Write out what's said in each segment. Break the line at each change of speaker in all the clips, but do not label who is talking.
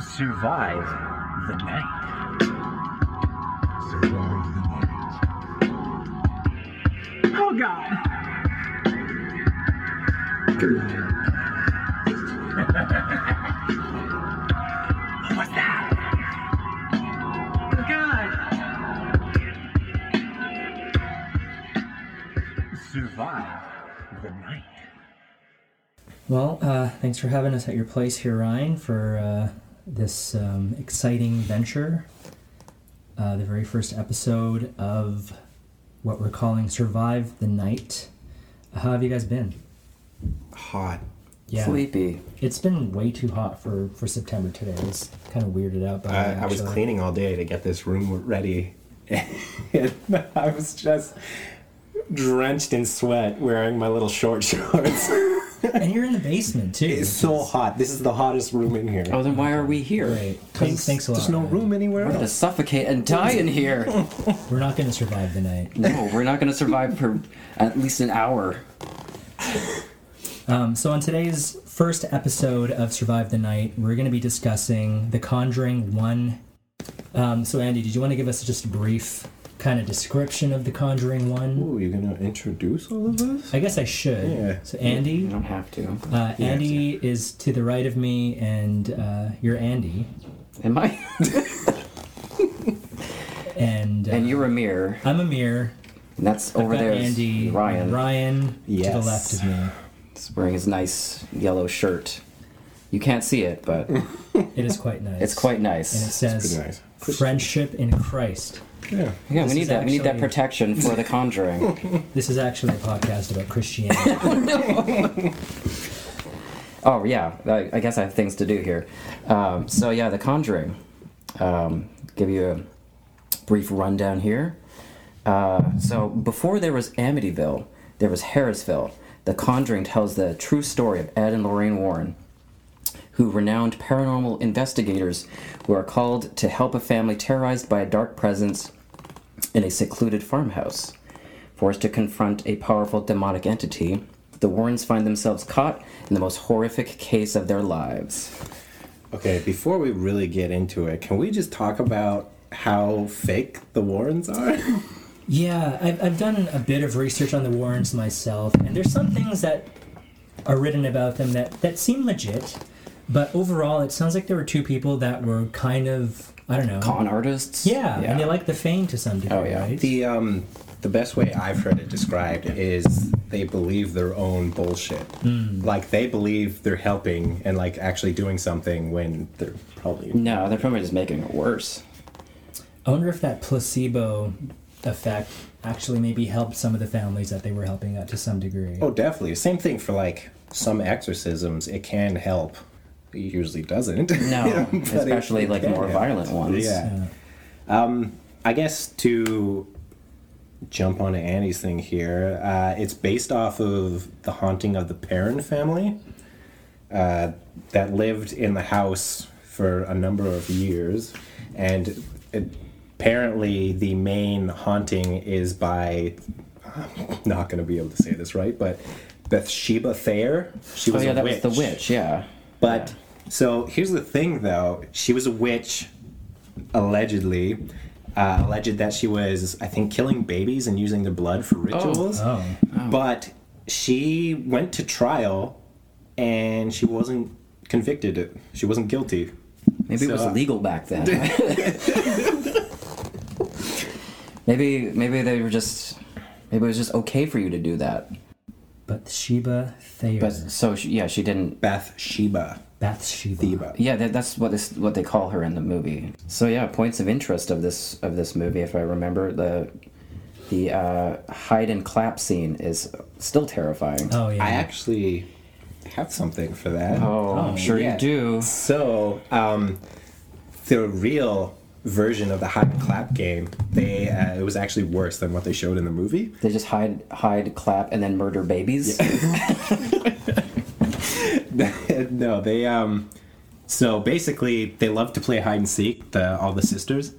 survive the night.
Survive the night.
Oh God.
What was that?
Oh God.
Survive the night.
Well, uh, thanks for having us at your place here, Ryan, for uh, this um, exciting venture. Uh, the very first episode of what we're calling Survive the Night. How have you guys been?
Hot.
Yeah.
Sleepy.
It's been way too hot for, for September today. It's kind of weirded out by it,
I, I was
actually.
cleaning all day to get this room ready. and I was just drenched in sweat wearing my little short shorts.
And you're in the basement, too.
it's so hot. This is the hottest room in here.
Oh, then why are we here?
Right. Thanks, thanks a lot.
There's no
Ryan.
room anywhere
We're gonna
else.
suffocate and die in here.
We're not going to survive the night.
no, we're not gonna survive for at least an hour.
Um, so, on today's first episode of Survive the Night, we're going to be discussing The Conjuring 1. Um, so, Andy, did you want to give us just a brief kind of description of The Conjuring 1?
Ooh, you're gonna introduce all of us?
I guess I should.
Yeah.
So, Andy,
You don't have to.
uh, Andy is to the right of me, and uh, you're Andy.
Am I?
And, uh,
and you're Amir.
I'm Amir.
And that's
I've
over
got
there. is
Andy.
Ryan.
Ryan to the
Yes.
left of me.
He's wearing his nice yellow shirt. You can't see it, but
It is quite nice.
it's quite
And it
nice.
says
pretty nice.
friendship in Christ.
Yeah.
Yeah,
this
we need
is
that. We need that
actually-
protection for the conjuring.
This is actually a podcast about Christianity.
oh yeah, I, I guess I have things to do here. Um, so yeah, the conjuring. Um, give you a brief rundown here. Uh, so before there was Amityville, there was Harrisville. The Conjuring tells the true story of Ed and Lorraine Warren, who renowned paranormal investigators who are called to help a family terrorized by a dark presence in a secluded farmhouse. Forced to confront a powerful demonic entity, the Warrens find themselves caught in the most horrific case of their lives.
Okay, before we really get into it, can we just talk about how fake the Warrens are?
yeah, I've, I've done a bit of research on the Warrens myself, and there's some things that are written about them that, that seem legit, but overall, it sounds like there were two people that were kind of, I don't know.
Con artists?
yeah, and they like the fame to some degree,
Oh, yeah.
right?
the um the best way I've heard it described is they believe their own bullshit.
Hmm.
Like they believe they're helping and like actually doing something when they're probably
No, they're probably just making it worse.
I wonder if that placebo effect actually maybe helped some of the families that they were helping out to some degree.
Oh, definitely. Same thing for like some exorcisms. It can help. It usually doesn't.
No,
Yeah, but it-
especially
it
like
can
more
help.
violent ones.
Yeah. Um, I guess to jump onto Annie's thing here, uh, it's based off of the haunting of the Perrin family uh, that lived in the house for a number of years, and it, apparently the main haunting is by. I'm not going to be able to say this right, but Bathsheba Thayer. She
Oh
was
yeah,
a
that
witch.
was the witch. Yeah.
But so here's the thing, though. She was a witch, allegedly. Uh, alleged that she was, I think, killing babies and using their blood for rituals.
Oh.
But she went to trial, and she wasn't convicted. She wasn't guilty.
Maybe it was
So- uh,
legal back then. maybe maybe they were just maybe it was just okay for you to do that.
But Sheba Thayer.
But so she, yeah, she didn't.
Bathsheba.
Bathsheba.
Theba.
Yeah, that, that's what this what they call her in the movie. So yeah, points of interest of this of this movie, if I remember the the uh, hide and clap scene is still terrifying.
Oh, yeah.
I actually have something for that.
Oh, I'm sure
yeah.
you do.
So, um, the real version of the hide and clap game, they uh, it was actually worse than what they showed in the movie.
They just hide, hide, clap, and then murder babies.
no, they um so basically they love to play hide and seek, the all the sisters.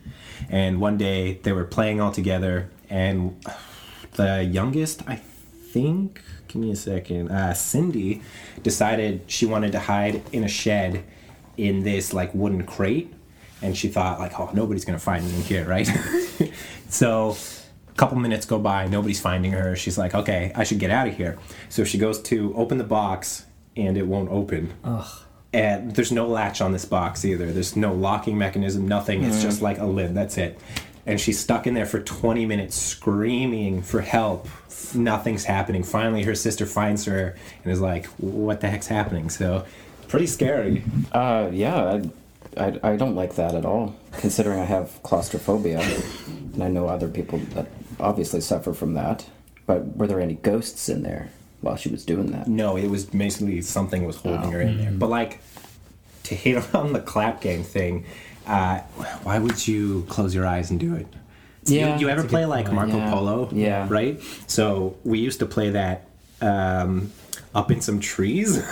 And one day they were playing all together and the youngest, I think, give me a second, uh, Cindy decided she wanted to hide in a shed in this like wooden crate, and she thought like, oh, nobody's gonna find me in here, right? so a couple minutes go by, nobody's finding her. She's like, okay, I should get out of here. So she goes to open the box, and it won't open. And there's no latch on this box either. There's no locking mechanism, nothing. It's just like a lid. That's it. And she's stuck in there for 20 minutes screaming for help. Nothing's happening. Finally, her sister finds her and is like, what the heck's happening? So, pretty scary.
Uh, yeah, I, I, I don't like that at all, considering I have claustrophobia. and I know other people that obviously suffer from that. But were there any ghosts in there while she was doing that? Oh.
No, it was basically something was holding her in there. But like to hit on the clap game thing, uh, why would you close your eyes and do it?
Yeah.
You, you ever play like Marco
Yeah.
Polo?
Yeah.
Right. So we used to play that um, up in some trees.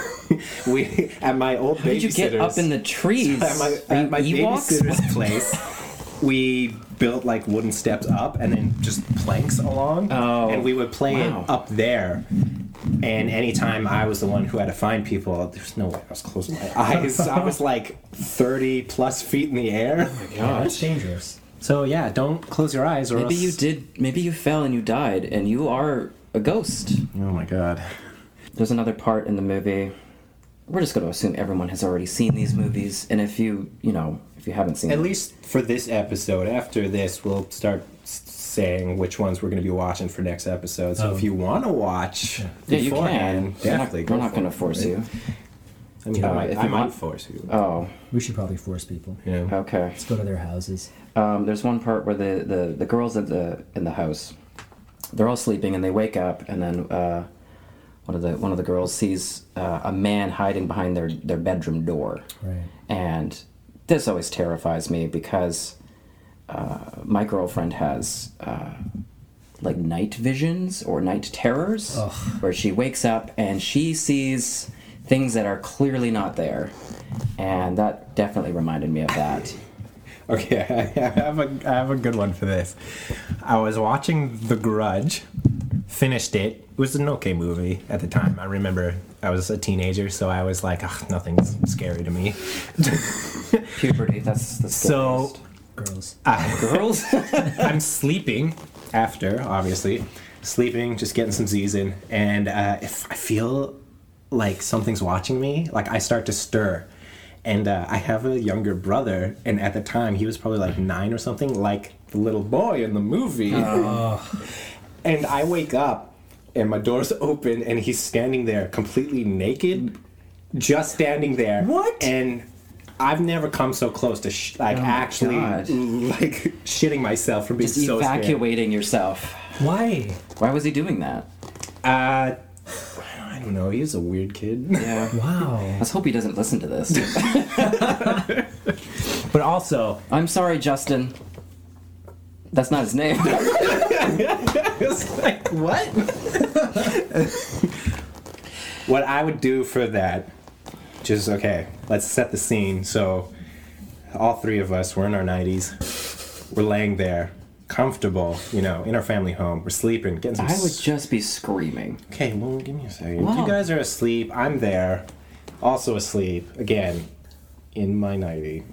we at my old
Did you get up in the trees?
at my,
Are
at my
you Ewoks?
babysitter's place, we built like wooden steps up and then just planks along.
Oh,
and we would play
wow.
it up there. And anytime I was the one who had to find people, there's no way I was closing my eyes. I was like 30 plus feet in the air.
Oh
Yeah, that's dangerous.
So yeah, don't close your eyes or
Maybe
else-
you did. Maybe you fell and you died, and you are a ghost.
Oh my god.
There's another part in the movie. We're just going to assume everyone has already seen these movies, and if you, you know, if you haven't seen,
At
them-
least for this episode. After this, we'll start s- saying which ones we're going to be watching for next episode. So
Oh.
if you want to watch
yeah, you
beforehand,
can. We're not,
definitely.
we're not going to
for
force
it.
you.
I mean,
Uh,
I might,
if
I
you
might
want-
force you.
Oh,
We should probably force people.
you know?
okay.
Let's go to their houses.
Um, there's one part where the, the, the girls in the in the house, they're all sleeping and they wake up, and then uh, one of the one of the girls sees uh, a man hiding behind their their bedroom door.
Right.
And this always terrifies me because uh, my girlfriend has uh, like night visions or night terrors where she wakes up and she sees things that are clearly not there. And that definitely reminded me of that.
Okay, I have a I have a good one for this. I was watching The Grudge, finished it. It was an okay movie at the time. I remember I was a teenager, so I was like, Ugh, nothing's scary to me.
Puberty, that's the
So
scariest.
Girls.
Ah. girls, I'm sleeping after, obviously, sleeping, just getting some Z's in, and uh, if I feel like something's watching me, like I start to stir. And uh, I have a younger brother, and at the time he was probably like nine or something, like the little boy in the movie. And I wake up and my door's open and he's standing there completely naked, just standing there.
What?
And I've never come so close to sh- like
my
actually
God.
like shitting myself from being
Just
so scared.
evacuating yourself.
Why?
Why was he doing that?
Uh, I don't know. He's a weird kid.
Yeah.
Wow.
Let's hope he doesn't listen to this.
But also,
I'm sorry, Justin. That's not his name.
it's like what? what I would do for that, just okay. Let's set the scene. So, all three of us we're in our 90s. We're laying there, comfortable, you know, in our family home. We're sleeping, getting some.
I would
s-
just be screaming.
Okay, well, give me a second.
Wow.
You guys are asleep. I'm there, also asleep again, in my nightie.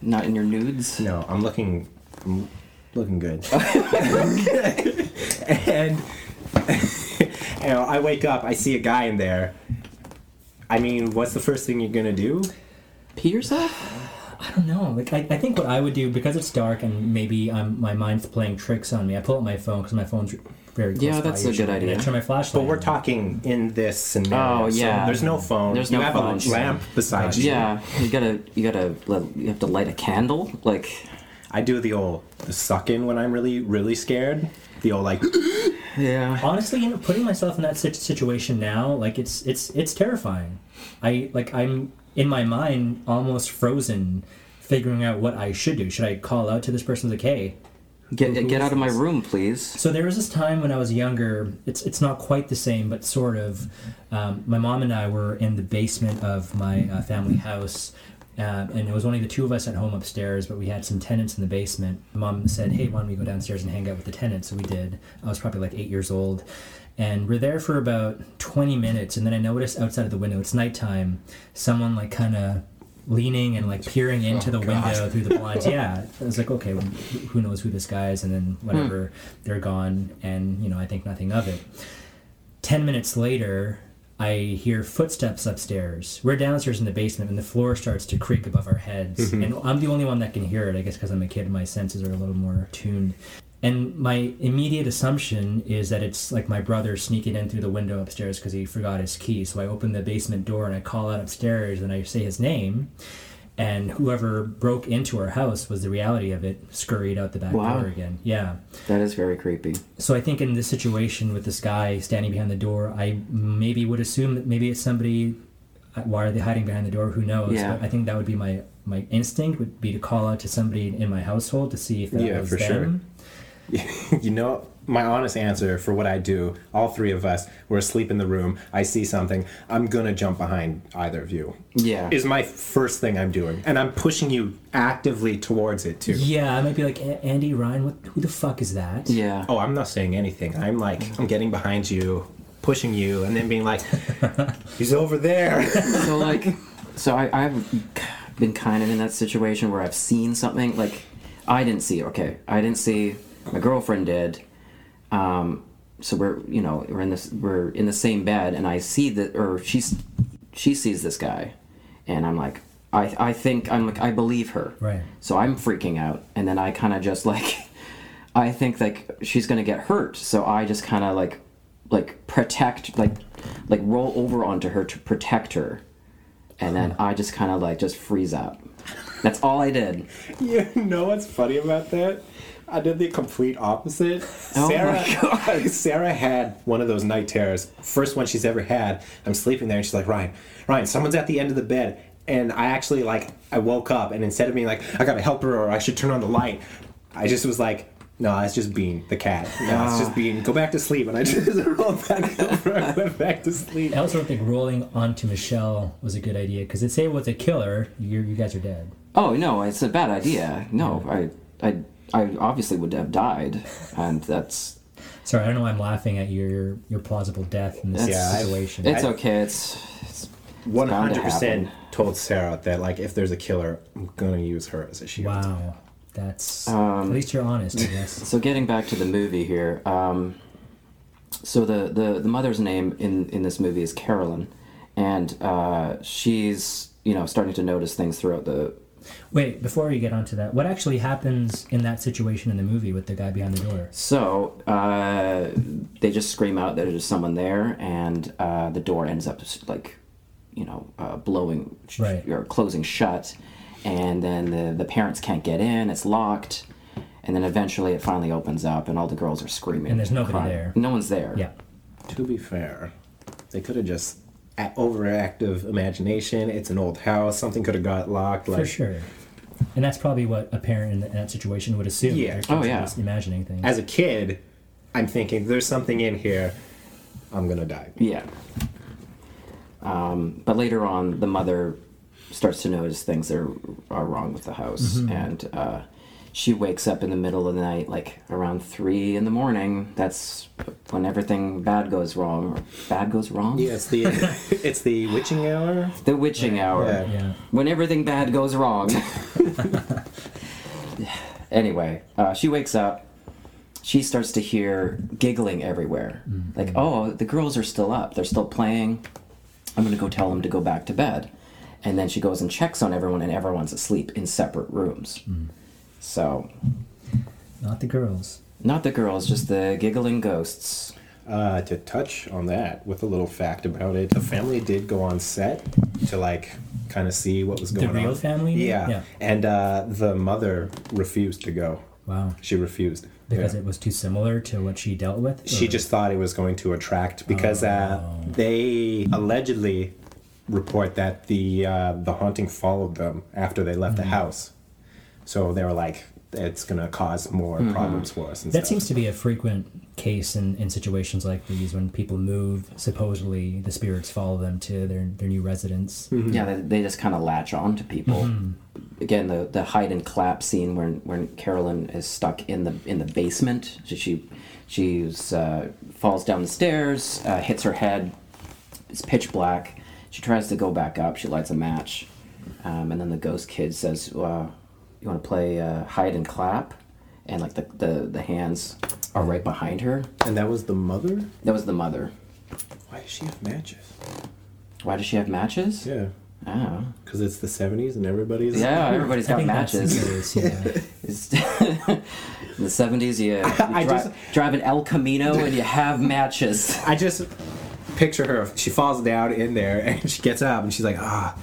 Not in your nudes.
No, I'm looking, I'm looking good. and you know, I wake up, I see a guy in there. I mean, what's the first thing you're gonna do?
Pee yourself?
I don't know. Like, I, I think what I would do because it's dark and maybe I'm my mind's playing tricks on me. I pull up my phone because my phone's very close
Yeah,
by
that's a
usually,
good
and
idea.
I turn my flashlight.
But we're
on.
talking in this scenario.
Oh,
so
yeah.
there's no phone.
There's
you
no
have
phone,
a
so-
lamp beside you.
Yeah, you gotta, you gotta, let- you have to light a candle. Like,
I do the old the suck in when I'm really really scared. The old like.
yeah.
honestly you know putting myself in that sit- situation now like it's it's it's terrifying i like i'm in my mind almost frozen figuring out what i should do should i call out to this person's like hey
Get, get out of my room, please.
so there was this time when I was younger. It's it's not quite the same, but sort of. Um, my mom and I were in the basement of my uh, family house, uh, and it was only the two of us at home upstairs. But we had some tenants in the basement. My mom said, "Hey, why don't we go downstairs and hang out with the tenants?" So we did. I was probably like eight years old, and we're there for about twenty minutes, and then I noticed outside of the window, it's nighttime. Someone like kind of leaning and like peering into the
God.
window through the blinds. yeah, I was like, okay, well, who who knows who this guy is? And then whatever, they're gone, and you know, I think nothing of it. Ten minutes later, I hear footsteps upstairs. We're downstairs in the basement, and the floor starts to creak above our heads. And I'm the only one that can hear it, I guess, because I'm a kid and my senses are a little more tuned. And my immediate assumption is that it's like my brother sneaking in through the window upstairs because he forgot his key. So I open the basement door and I call out upstairs and I say his name. And whoever broke into our house was the reality of it, scurried out the back
Wow.
door again. Yeah.
That is very creepy.
So I think in this situation with this guy standing behind the door, I maybe would assume that maybe it's somebody. uh, Why are they hiding behind the door? Who knows?
Yeah.
But I think that would be my my instinct would be to call out to somebody in my household to see if that
Yeah,
was
for sure.
them.
You know, my honest answer for what I do, all three of us, we're asleep in the room. I see something. I'm gonna jump behind either of you.
Yeah.
Is my first thing I'm doing, and I'm pushing you actively towards it too.
Yeah, I might be like "A- Andy Ryan. What? Who the fuck is that?
yeah.
Oh, I'm not saying anything. I'm like, I'm getting behind you, pushing you, and then being like, he's over there.
so like so I, i've been kind of in that situation where i've seen something like i didn't see okay i didn't see my girlfriend did um, so we're you know we're in this we're in the same bed and i see that or she's she sees this guy and i'm like i i think i'm like i believe her
Right.
so i'm freaking out and then i kind of just like i think like she's gonna get hurt so i just kind of like like protect like like roll over onto her to protect her and then I just kind of like just freeze up. That's all I did.
You know what's funny about that? I did the complete opposite.
Oh my
Sarah, Sarah had one of those night terrors, first one she's ever had. I'm sleeping there, and she's like, "Ryan, Ryan, someone's at the end of the bed." And I actually like, I woke up, and instead of being like, "I gotta help her" or "I should turn on the light," I just was like, "No, it's just Bean, the cat. No, it's
Ah.
just Bean. Go back to sleep." And I just rolled back over and went back to sleep.
I also don't think rolling onto Michelle was a good idea because they say it was a killer. You you guys are dead.
Oh no, it's a bad idea. No, I, I, I obviously would have died, and that's
Sorry, I don't know why I'm laughing at your your plausible death in this
Yeah, I-
situation.
it's okay. It's, it's
One
bound to
hundred
happen.
percent told Sarah that like, if there's a killer, I'm gonna use her as a shield.
wow, that's
um,
at least you're honest. I guess.
so getting back to the movie here. Um, so the, the the mother's name in in this movie is Carolyn, and uh, she's you know starting to notice things throughout the
Wait, before you get onto that, what actually happens in that situation in the movie with the guy behind the door?
So uh, they just scream out that there's someone there, and uh, the door ends up just, like, you know, uh, blowing sh-
Right.
or closing shut, and then the the parents can't get in. It's locked, and then eventually it finally opens up, and all the girls are screaming.
And there's nobody
crying.
there.
No one's there.
Yeah,
To be fair, they could have just a- overactive imagination. It's an old house. Something could have got locked. Like
for sure. And that's probably what a parent in that situation would assume.
Yeah.
Their kids
Oh,
are
yeah.
Just imagining things.
as a kid, I'm thinking there's something in here. I'm gonna die.
Yeah. Um, but later on, the mother starts to notice things that are, are wrong with the house,
Mm-hmm.
and uh, she wakes up in the middle of the night, like around three in the morning. That's when everything bad goes wrong. Or bad goes wrong.
Yeah, it's the it's the witching hour.
The witching hour.
Yeah.
yeah.
When everything bad goes wrong. anyway, uh, she wakes up. She starts to hear giggling everywhere. Like, oh, the girls are still up. They're still playing. I'm going to go tell them to go back to bed. And then she goes and checks on everyone, and everyone's asleep in separate rooms. So,
Not the girls.
not the girls, just the giggling ghosts.
Uh, to touch on that with a little fact about it, the family did go on set to like kind of see what was going on.
real family?
Yeah.
Yeah.
And uh, the mother refused to go.
Wow.
She refused
Because
Yeah.
it was too similar to what she dealt with.
she
or-
just thought it was going to attract because uh, they allegedly report that the uh, the haunting followed them after they left the house. So they were like, "It's gonna cause more problems for us." And
That
stuff.
seems to be a frequent case in, in situations like these when people move. Supposedly, the spirits follow them to their, their new residence.
Yeah, they,
Mm-hmm.
they just kind of latch on to people. Again, the the hide and clap scene when when Carolyn is stuck in the in the basement. She she she's, uh, falls down the stairs, uh, hits her head. It's pitch black. She tries to go back up. She lights a match, Um, and then the ghost kid says, uh, "You want to play uh, hide and clap?" And like the, the the hands are right behind her.
And that was the mother?
That was the mother.
Why does she have matches?
Why does she have matches?
Yeah.
Oh.
Because it's the 70s and everybody's.
Yeah, everybody's got
that's the
matches.
case, yeah.
It's- in the 70s, you, you
I
dri-
just-
drive an El Camino and you have matches.
I just picture her. She falls down in there and she gets up and she's like, ah,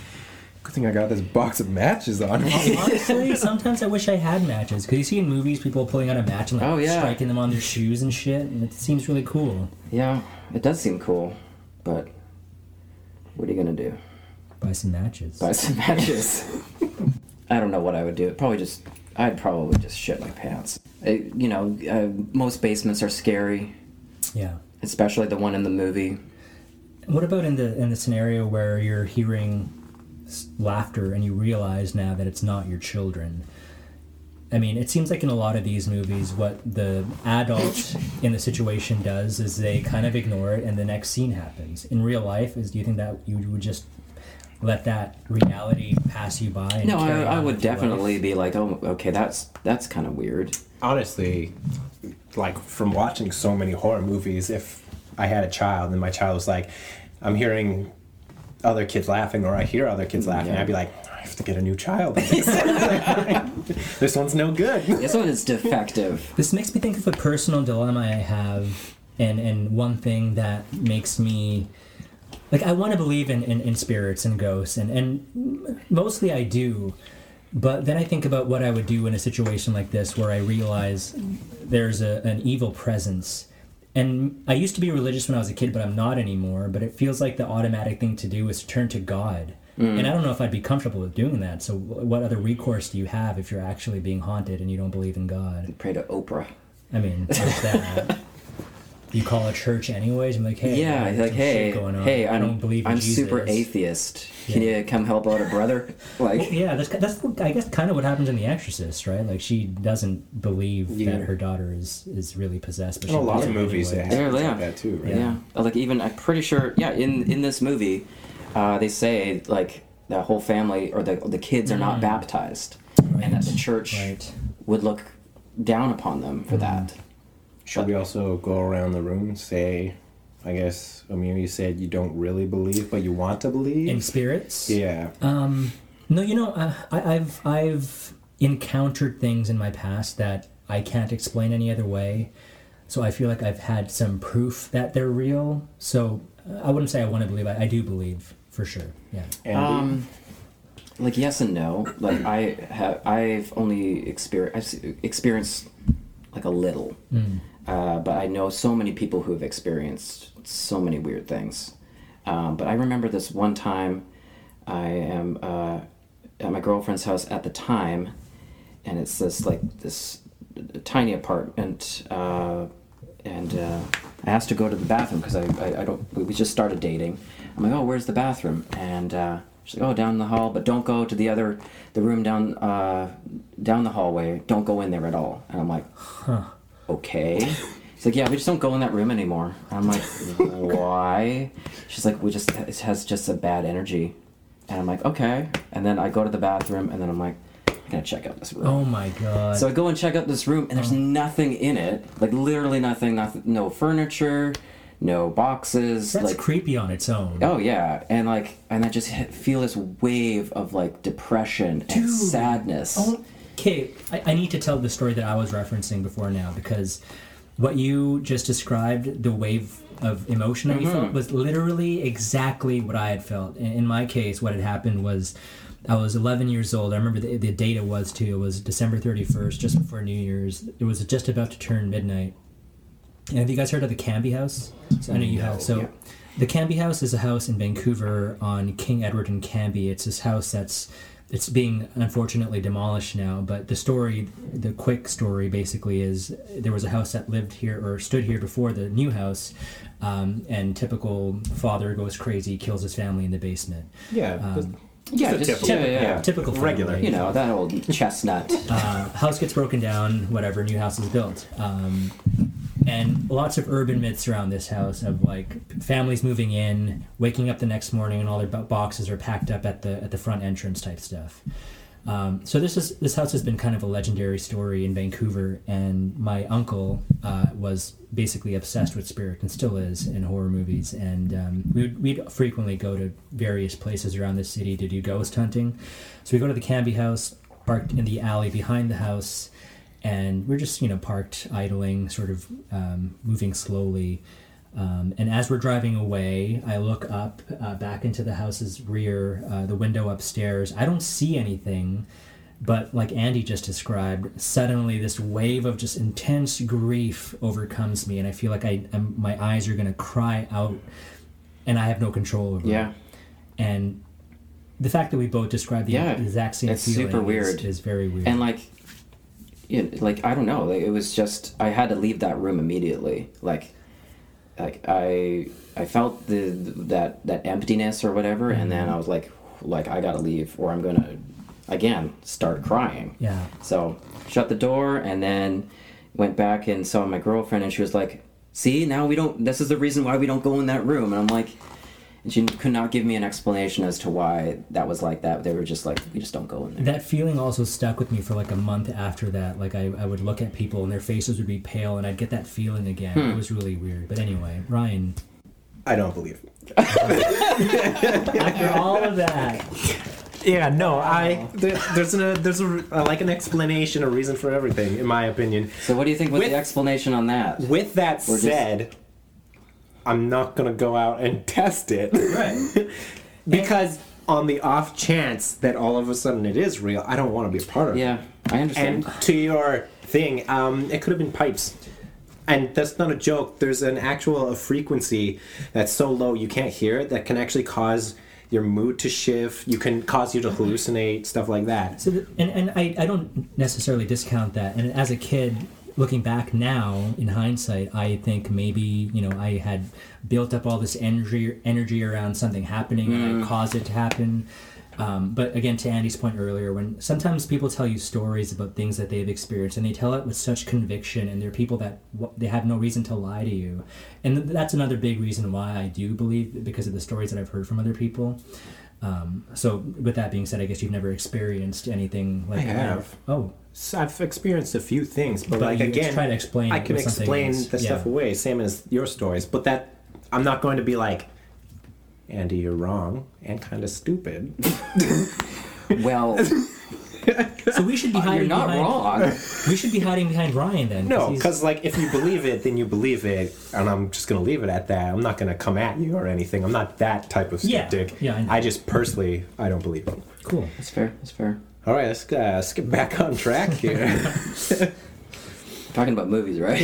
good thing I got this box of matches on. me."
Honestly, sometimes I wish I had matches because you see in movies people pulling out a match and like
Oh, yeah.
striking them on their shoes and shit, and it seems really cool.
Yeah, it does seem cool, but what are you gonna do?
Buy some matches.
Buy some matches. I don't know what I would do. Probably just, I'd probably just shit my pants. I- you know, uh, most basements are scary,
Yeah.
especially the one in the movie.
What about in the in the scenario where you're hearing s- laughter and you realize now that it's not your children? I mean, it seems like in a lot of these movies, what the adult in the situation does is they kind of ignore it, and the next scene happens. In real life, is do you think that you would just let that reality pass you by? And
No, I,
carry
I
on
would
with your life?
definitely be like, oh, okay, that's that's kind of weird.
Honestly, like from watching so many horror movies, if I had a child and my child was like, I'm hearing other kids laughing or I hear other kids laughing,
Yeah.
I'd be like, I have to get a new child. this one's no good.
This one is defective.
This makes me think of a personal dilemma I have, and and one thing that makes me like I want to believe in, in in spirits and ghosts, and and mostly I do, but then I think about what I would do in a situation like this where I realize there's a, an evil presence. And I used to be religious when I was a kid, but I'm not anymore. But it feels like the automatic thing to do is to turn to God. And I don't know if I'd be comfortable with doing that. So, wh- what other recourse do you have if you're actually being haunted and you don't believe in God?
Pray to Oprah.
I mean, there's that. you call a church anyways. I'm like, hey,
Yeah,
there's
like
some
hey,
shit going on.
hey,
I
I'm,
don't believe in
I'm
Jesus.
super atheist. Can you come help out a brother? Like,
Yeah, that's that's I guess kind of what happens in The Exorcist, right? Like she doesn't believe
Yeah.
that her daughter is is really possessed, but she
A lot Oh, of
believes it
movies that
anyway.
have
Yeah, yeah.
that too, right?
yeah, like even I'm pretty sure. Yeah, in in this movie, uh, they say like the whole family or the the kids are not baptized, and that the church
Mm. Right. Mm.
would look down upon them for that.
Should we also go around the room and say, I guess, Amir, you said you don't really believe, but you want to believe?
in spirits.
yeah.
No, you know, uh, I, I've I've encountered things in my past that I can't explain any other way. So I feel like I've had some proof that they're real. So uh, I wouldn't say I want to believe. I, I do believe for sure. Yeah.
Andy?
Like yes and no. Like I have, I've only experienced, I've s- experienced like a little, uh, but I know so many people who have experienced so many weird things. Um, but I remember this one time, I am uh, at my girlfriend's house at the time, and it's this like this tiny apartment, uh, and uh, I asked to go to the bathroom because I, I I don't we just started dating. I'm like, oh, where's the bathroom? And uh, she's like, oh, down the hall, but don't go to the other the room down uh, down the hallway. Don't go in there at all. And I'm like, okay. She's like, yeah, we just don't go in that room anymore. And I'm like, why? She's like, we just it has just a bad energy. And I'm like, okay. And then I go to the bathroom, and then I'm like, I gotta check out this room.
Oh my god.
So I go and check out this room, and there's nothing in it. Like literally nothing. Nothing. No furniture. No boxes.
That's
like
creepy on its own.
oh yeah, and like and I just hit, feel this wave of like depression and sadness.
Oh, Okay, I, I need to tell the story that I was referencing before now because what you just described, the wave of emotion that you felt, was literally exactly what I had felt. In, in my case, what had happened was I was 11 years old. I remember the, the date it was too. It was December 31st, just before New Year's. It was just about to turn midnight. And have you guys heard of the Canby House? I know you have. So, the Canby House is a house in Vancouver on King Edward and Canby. It's this house that's it's being unfortunately demolished now. But the story, the quick story, basically is there was a house that lived here or stood here before the new house, um, and typical father goes crazy, kills his family in the basement.
yeah.
yeah,
just
just,
typical-
yeah, yeah,
yeah.
Typical
Regular.
family.
You know that old chestnut.
Uh, house gets broken down, whatever, new house is built. Um, and lots of urban myths around this house of like families moving in, waking up the next morning, and all their bo- boxes are packed up at the at the front entrance type stuff. Um, so this is this house has been kind of a legendary story in Vancouver, and my uncle uh, was basically obsessed with spirit and still is in horror movies. And um, we'd, we'd frequently go to various places around the city to do ghost hunting. So we go to the Canby House, parked in the alley behind the house, and we're just you know parked idling sort of um, moving slowly um, and as we're driving away i look up uh, back into the house's rear uh, the window upstairs i don't see anything but like andy just described suddenly this wave of just intense grief overcomes me and i feel like i I'm, my eyes are going to cry out and i have no control over
Yeah.
it and the fact that we both described the
Yeah,
exact same
it's
feeling
super weird.
Is, is very weird
and like you know, like i don't know like it was just i had to leave that room immediately like like i i felt the that that emptiness or whatever and then i was like like i gotta leave or i'm gonna again start crying
yeah
so shut the door and then went back and saw my girlfriend and she was like, "See, now we don't. This is the reason why we don't go in that room." And I'm like, and she could not give me an explanation as to why that was like that. They were just like, "We just don't go in there."
that feeling also stuck with me for like a month after that like I, I would look at people and their faces would be pale and i'd get that feeling again it was really weird but anyway ryan
I don't believe it.
after all of that
Yeah, no, I there, there's a there's a I like an explanation, a reason for everything, in my opinion.
so what do you think was
With-
the explanation on that?
With that
We're just-
said, I'm not gonna go out and test it, right? because on the off chance that all of a sudden it is real, I don't want to be a part of it.
yeah, I understand.
And to your thing, um, it could have been pipes. And that's not a joke. There's an actual a frequency that's so low you can't hear it that can actually cause your mood to shift. You can cause you to hallucinate, stuff like that.
so th- and, and I, I don't necessarily discount that and as a kid looking back now in hindsight i think maybe you know i had built up all this energy energy around something happening and i caused it to happen um, but again to andy's point earlier when sometimes people tell you stories about things that they've experienced and they tell it with such conviction and they're people that w- they have no reason to lie to you and th- that's another big reason why i do believe because of the stories that i've heard from other people um, so with that being said i guess you've never experienced anything like
I have.
that oh
So I've experienced a few things, but,
But
like
you
again,
try to explain
I
it
can
with something
explain
else.
the stuff
Yeah.
away, same as your stories. But that I'm not going to be like, Andy, you're wrong and kind of stupid.
well,
so we should be hiding
you're not
behind,
wrong.
we should be hiding behind ryan then
No,
he's-
because like if you believe it, then you believe it, and I'm just gonna leave it at that. I'm not gonna come at you or anything. I'm not that type of
Yeah,
skeptic.
yeah, I know.
I, just personally, I don't believe it.
cool
That's fair. That's fair.
All right, let's uh, let's get back on track here.
talking about movies, right?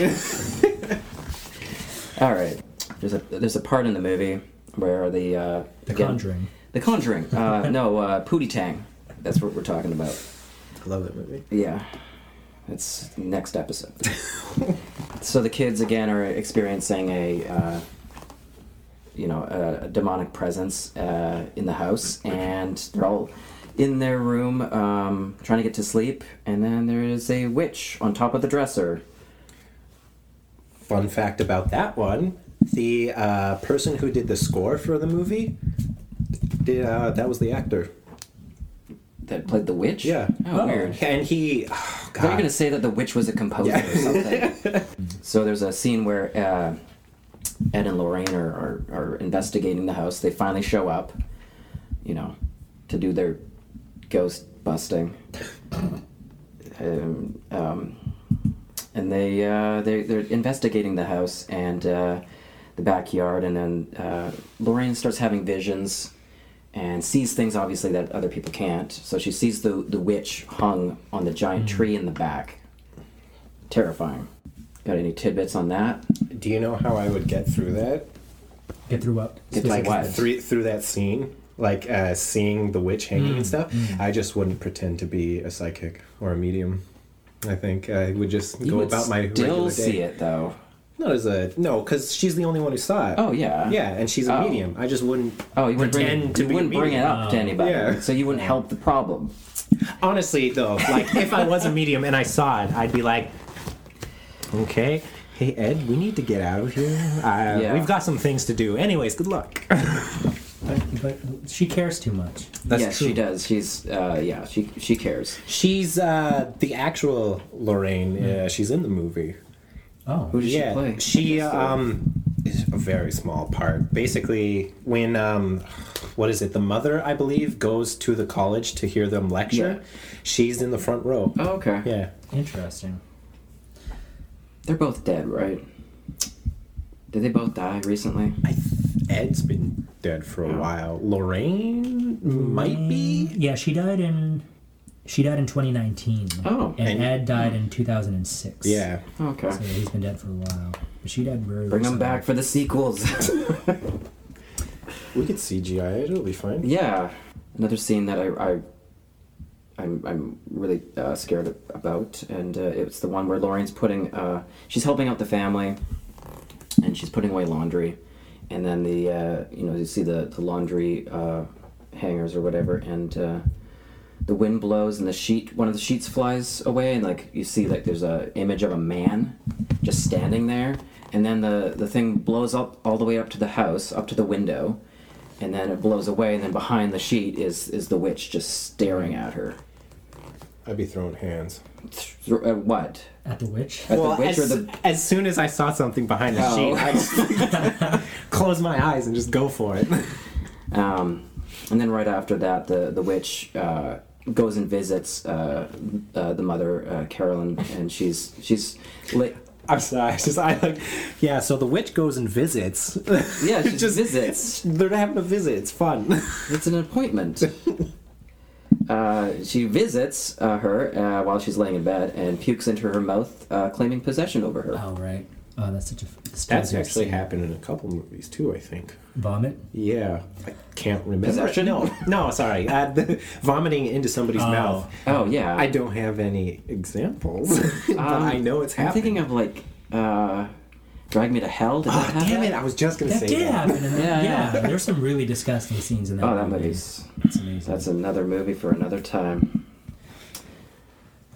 All right. There's a there's a part in the movie where the uh,
The
again-
Conjuring.
the Conjuring. Uh, no, uh, Pootie Tang. That's what we're talking about.
I love that movie.
Yeah, it's next episode. so the kids again are experiencing a, uh, you know, a, a demonic presence uh, in the house, and they're all in their room um, trying to get to sleep, and then there is a witch on top of the dresser.
Fun fact about that one: the uh, person who did the score for the movie, did, uh, that was the actor.
that played the witch.
Yeah.
Oh, weird.
And he, oh, God,
They're gonna say that the witch was a composer or something. so there's a scene where uh, Ed and Lorraine are, are are investigating the house. They finally show up, you know, to do their ghost busting. Um, um, and they uh, they they're investigating the house and uh, the backyard, and then uh, Lorraine starts having visions and sees things obviously that other people can't. So she sees the the witch hung on the giant tree in the back. Terrifying. Got any tidbits on that?
do you know how I would get through that?
get through what
Get through
like
what?
through through that scene, like uh, seeing the witch hanging
Mm.
and stuff. I just wouldn't pretend to be a psychic or a medium. I think I would just
You
go
would
about my
still
regular
see
day.
it though.
Not as a no, because she's the only one who saw it.
Oh yeah.
yeah, and she's a
Oh.
medium. I just wouldn't.
Oh, you wouldn't bring
Pretend
it,
to
you
be
wouldn't bring it
medium.
up to anybody.
Yeah.
So you wouldn't help the problem.
Honestly, though, like if I was a medium and I saw it, I'd be like, okay, hey Ed, we need to get out of here. Uh,
Yeah.
We've got some things to do. Anyways, good luck.
But, but she cares too much.
That's
yes, she
true.
does. She's uh, yeah, she she cares.
She's uh, the actual Lorraine. Yeah, she's in the movie.
Oh,
Who does
yeah,
she play?
she um, is a very small part. Basically, when um, what is it? The mother, I believe, goes to the college to hear them lecture. She's in the front row.
Oh, okay.
Yeah,
interesting.
They're both dead, right? Did they both die recently?
I th- Ed's been dead for a while. Lorraine might be.
Yeah, she died in she died in 2019.
Oh.
and,
And-
Ed died in 2006.
Yeah,
Okay.
so he's been dead for a while. But she died very.
Bring them
recently.
back for the sequels.
we could CGI it. It'll be fine.
yeah. Another scene that I, I I'm, I'm really uh, scared ab- about, and uh, it's the one where Lauren's putting uh, she's helping out the family, and she's putting away laundry, and then the uh, you know you see the the laundry uh, hangers or whatever, and uh, the wind blows and the sheet one of the sheets flies away, and like you see like there's a image of a man just standing there, and then the the thing blows up all the way up to the house, up to the window. And then it blows away, and then behind the sheet is is the witch just staring at her.
I'd be throwing hands.
Th- uh, what?
at the witch.
At
Well,
the witch
as,
or the
as soon as I saw something behind the
Oh.
sheet, I just close my eyes and just go for it.
um, and then right after that, the the witch uh, goes and visits uh, uh, the mother uh, Carolyn, and she's she's li-
I'm sorry. It's just I like, yeah. So the witch goes and visits.
yeah she visits.
They're having a visit. It's fun.
It's an appointment. Uh, she visits uh, her uh, while she's laying in bed and pukes into her mouth, uh, claiming possession over her.
Oh right. Oh, that's such a. that's
That's
terrible.
actually happened in a couple movies too. I think.
vomit.
Yeah, I can't remember.
Possession?
No, no. Sorry. Uh, the, vomiting into somebody's
Oh.
mouth.
Oh yeah,
I don't have any examples, but
Um,
I know it's
I'm
happening.
thinking of like uh, "Drag Me to Hell." Did that
Oh,
have
damn
that?
it! I was just gonna
That
say
did
that.
happen. In the,
Yeah,
yeah,
yeah.
there's some really disgusting scenes in that.
Oh, that
movie.
movie's
It's amazing.
That's another movie for another time.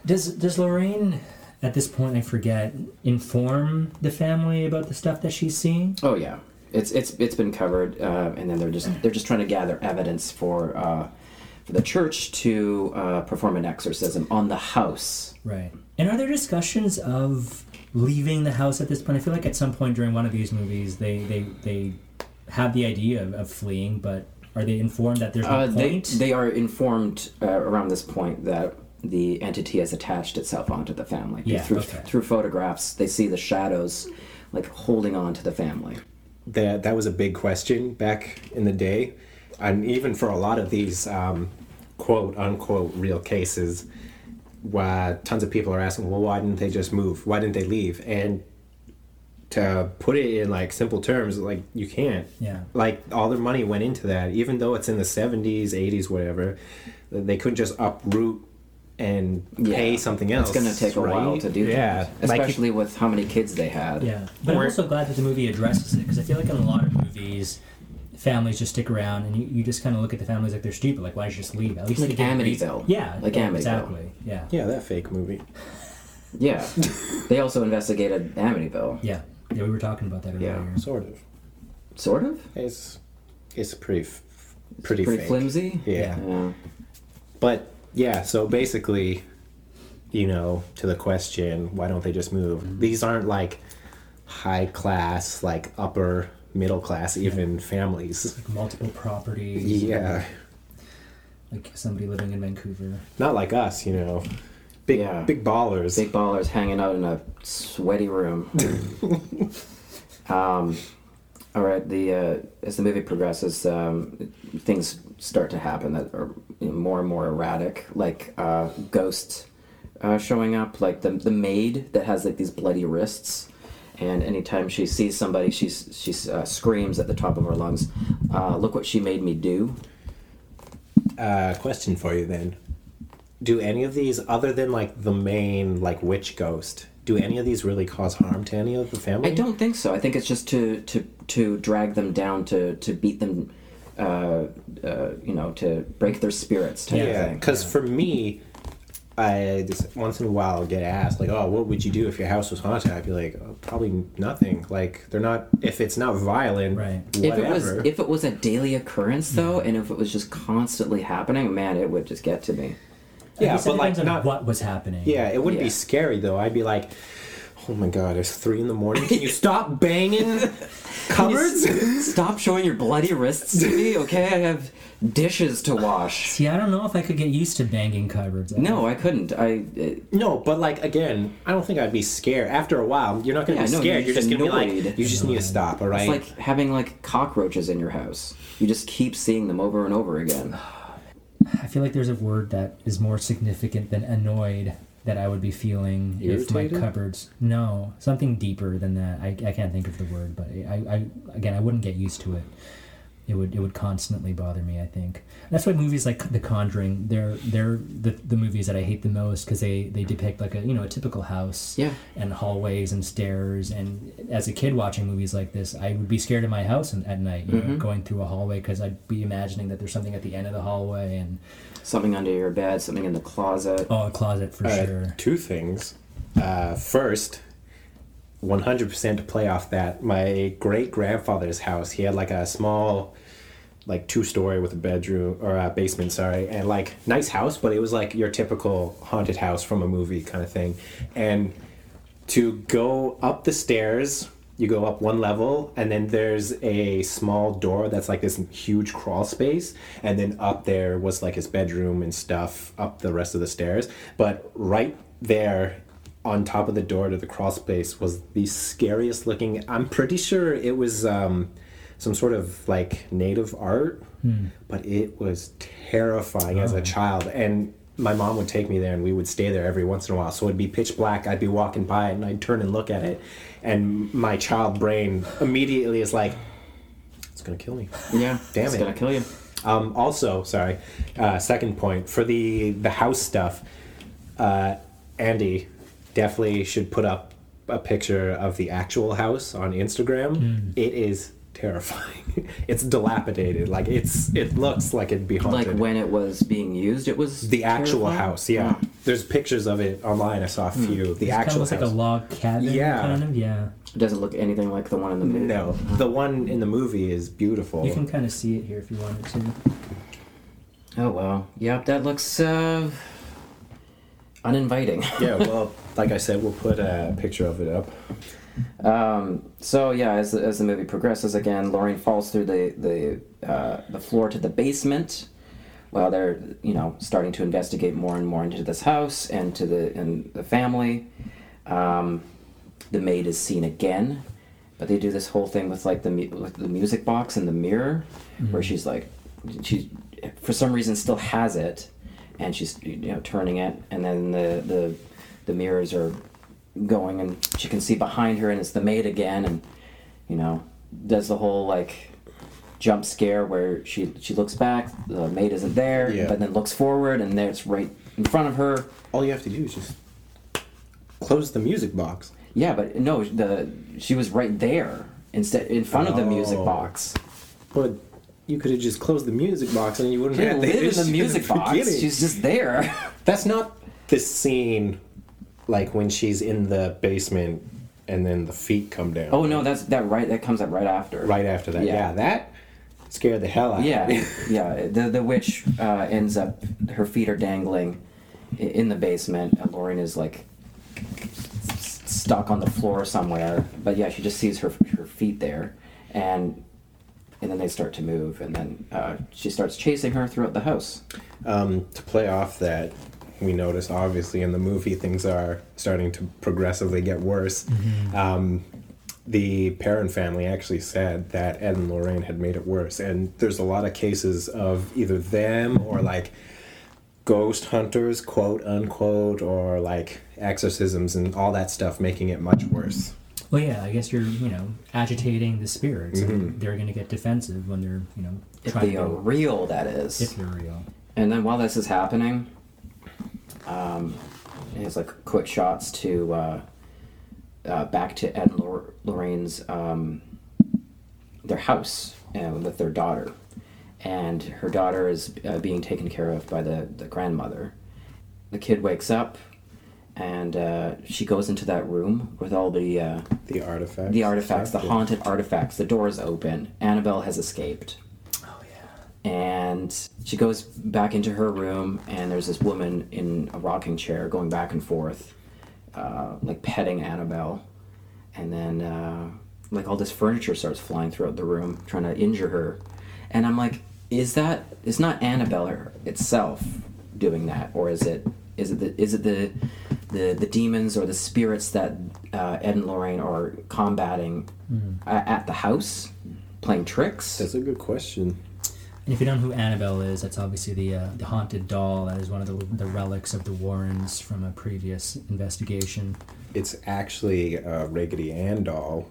Does Does Lorraine, at this point, I forget, inform the family about the stuff that she's seeing?
Oh yeah, it's it's it's been covered, uh, and then they're just they're just trying to gather evidence for uh, for the church to uh, perform an exorcism on the house.
Right. And are there discussions of leaving the house at this point? I feel like at some point during one of these movies, they they they have the idea of, of fleeing, but are they informed that there's no
Uh, they
point?
they are informed uh, around this point that the entity has attached itself onto the family
Yeah,
through
okay.
through photographs. They see the shadows, like holding on to the family.
that that was a big question back in the day and even for a lot of these um, quote unquote real cases why tons of people are asking well why didn't they just move why didn't they leave and to put it in like simple terms like you can't
Yeah.
like all their money went into that even though it's in the 70s 80s whatever they couldn't just uproot and pay
Yeah.
something else
It's going to take a while
right?
to do
yeah
that,
Like,
especially with how many kids they had.
Yeah, but I'm
Or-
also glad that the movie addresses it because I feel like in a lot of movies, families just stick around and you, you just kind of look at the families like they're stupid. Like, why did you just leave? At least
Like
they did reason-
Amityville.
Yeah,
Like
yeah,
Amityville.
Exactly. Yeah.
yeah that fake movie
Yeah. they also investigated Amityville.
Yeah. Yeah, we were talking about that earlier.
Yeah.
sort of
Sort of?
It's it's pretty f- pretty,
Pretty
fake.
flimsy?
Yeah.
Yeah.
but yeah. So basically, you know, to the question, why don't they just move?
Mm-hmm.
These aren't like high class, like upper middle class, even families.
Multiple properties.
Yeah,
Like somebody living in Vancouver.
not like us, you know, big
Yeah.
big ballers.
Big ballers hanging out in a sweaty room. um, all right. The uh, as the movie progresses, um, things start to happen that are you know, more and more erratic, like uh, ghosts uh, showing up, like the the maid that has like these bloody wrists. And anytime she sees somebody, she's she uh, screams at the top of her lungs, uh, "Look what she made me do!"
Uh, question for you then: Do any of these, other than like the main like witch ghost, do any of these really cause harm to any of the family?
I don't think so. I think it's just to to to drag them down, to to beat them, uh, uh, you know, to break their spirits type of
Yeah,
thing.
because for me, I just once in a while get asked like, "Oh, what would you do if your house was haunted?" I'd be like, oh, "Probably nothing." Like they're not if it's not violent,
Right.
If it was
whatever.
if it was a daily occurrence though, and if it was just constantly happening, man, it would just get to me.
yeah,
guess it
but like
depends on
not
what was happening.
yeah, it wouldn't be
Yeah.
scary though. I'd be like, "Oh my god, it's three in the morning. Can you stop banging cupboards?"
Stop showing your bloody wrists to me, okay? I have dishes to wash.
See, I don't know if I could get used to banging cupboards.
No, I couldn't. I it,
No, but like again, I don't think I'd be scared. After a while, you're not gonna
Yeah,
be
no,
scared.
you're
you're just
just
gonna be
annoyed.
like, you just need to stop. All right.
it's like having like cockroaches in your house. You just keep seeing them over and over again.
I feel like there's a word that is more significant than annoyed that I would be feeling if my
Irritated?
cupboards. No, something deeper than that. I, I can't think of the word, but I, I again I wouldn't get used to it. It would it would constantly bother me. I think that's why movies like The Conjuring they're they're the, the movies that I hate the most because they they depict like a you know a typical house
Yeah.
and hallways and stairs and as a kid watching movies like this I would be scared in my house and, at night you know, going through a hallway because I'd be imagining that there's something at the end of the hallway and
Something under your bed, something in the closet.
Oh, a closet for
Uh,
sure.
Two things. Uh, first, 100% to play off that, my great grandfather's house, he had like a small, like two story with a bedroom or a basement, sorry, and like nice house, but it was like your typical haunted house from a movie kind of thing. And to go up the stairs, you go up one level, and then there's a small door that's like this huge crawl space, and then up there was like his bedroom and stuff up the rest of the stairs. But right there, on top of the door to the crawl space, was the scariest looking. I'm pretty sure it was um, some sort of like native art, but it was terrifying as a child. And my mom would take me there and we would stay there every once in a while. So it'd be pitch black. I'd be walking by it and I'd turn and look at it. And my child brain immediately is like, it's going to kill me.
Yeah,
Damn
it's
it.
gonna kill you.
Um, also, sorry, uh, second point for the, the house stuff, uh, Andy definitely should put up a picture of the actual house on Instagram.
Mm.
It is terrifying. it's dilapidated. Like it's it looks like it'd be
Like
haunted
when Mm. it was being used, it was
the actual
terrifying?
house. Yeah, there's pictures of it online. I saw a few. The
It kind of
actual
looks Mm. like a
house.
log cabin.
Yeah.
Kind of. Yeah.
It doesn't look anything like the one in the movie.
no, the one in the movie is beautiful.
You can kind of see it here if you wanted to.
Mm-hmm.
Oh well. Yep, that looks uh uninviting.
yeah, well, like I said, we'll put a picture of it up.
Um, so yeah, as the, as the movie progresses, again, Lorraine falls through the the uh, the floor to the basement. While they're you know starting to investigate more and more into this house and to the and the family, um, the maid is seen again, but they do this whole thing with like the mu- with the music box and the mirror, where she's like, she for some reason still has it, and she's you know turning it, and then the the the mirrors are going and she can see behind her and it's the maid again and you know does the whole like jump scare where she she looks back the maid isn't there
Yeah.
but then looks forward and there it's right in front of her
All you have to do is just close the music box.
yeah but no the she was right there instead in front of the music
Oh.
box
But you could have just closed the music box and you wouldn't
she
have
didn't
the
live
issue
in the music box
beginning.
she's just there
That's not the scene, like when she's in the basement and then the feet come down.
oh no that's that right that comes up right after
Right after that,
Yeah.
yeah, that scared the hell out of me.
Yeah, yeah. The the witch uh, ends up her feet are dangling i- in the basement. And Lauren is like s- stuck on the floor somewhere. But yeah, she just sees her her feet there, and and then they start to move, and then uh, she starts chasing her throughout the house.
Um, to play off that, we notice obviously in the movie things are starting to progressively get worse. Um, the parent family actually said that Ed and Lorraine had made it worse, and there's a lot of cases of either them or like ghost hunters, quote unquote, or like exorcisms and all that stuff making it much worse.
Well, yeah. I guess you're you know agitating the spirits. and they're going to get defensive when they're you know
Mm-hmm. If
trying
they
to
are real, that
if
is.
they're real.
And then while this is happening, um, it's like quick shots to uh, uh, back to Ed and Lor- Lorraine's um, their house uh, with their daughter, and her daughter is uh, being taken care of by the the grandmother. the kid wakes up, and uh, she goes into that room with all the uh,
The artifacts.
the artifacts, the
Yeah.
haunted artifacts. The door is open. Annabelle has escaped.
Oh yeah.
and she goes back into her room and there's this woman in a rocking chair going back and forth uh, like petting annabelle and then uh, like all this furniture starts flying throughout the room trying to injure her and i'm like is that it's not annabelle her- itself doing that or is it is it the is it the the, the demons or the spirits that uh, ed and lorraine are combating a- at the house playing tricks
Mm-hmm. That's a good question.
And if you don't know who Annabelle is, that's obviously the uh, the haunted doll. That is one of the, the relics of the Warrens from a previous investigation.
It's actually uh, Raggedy Ann doll,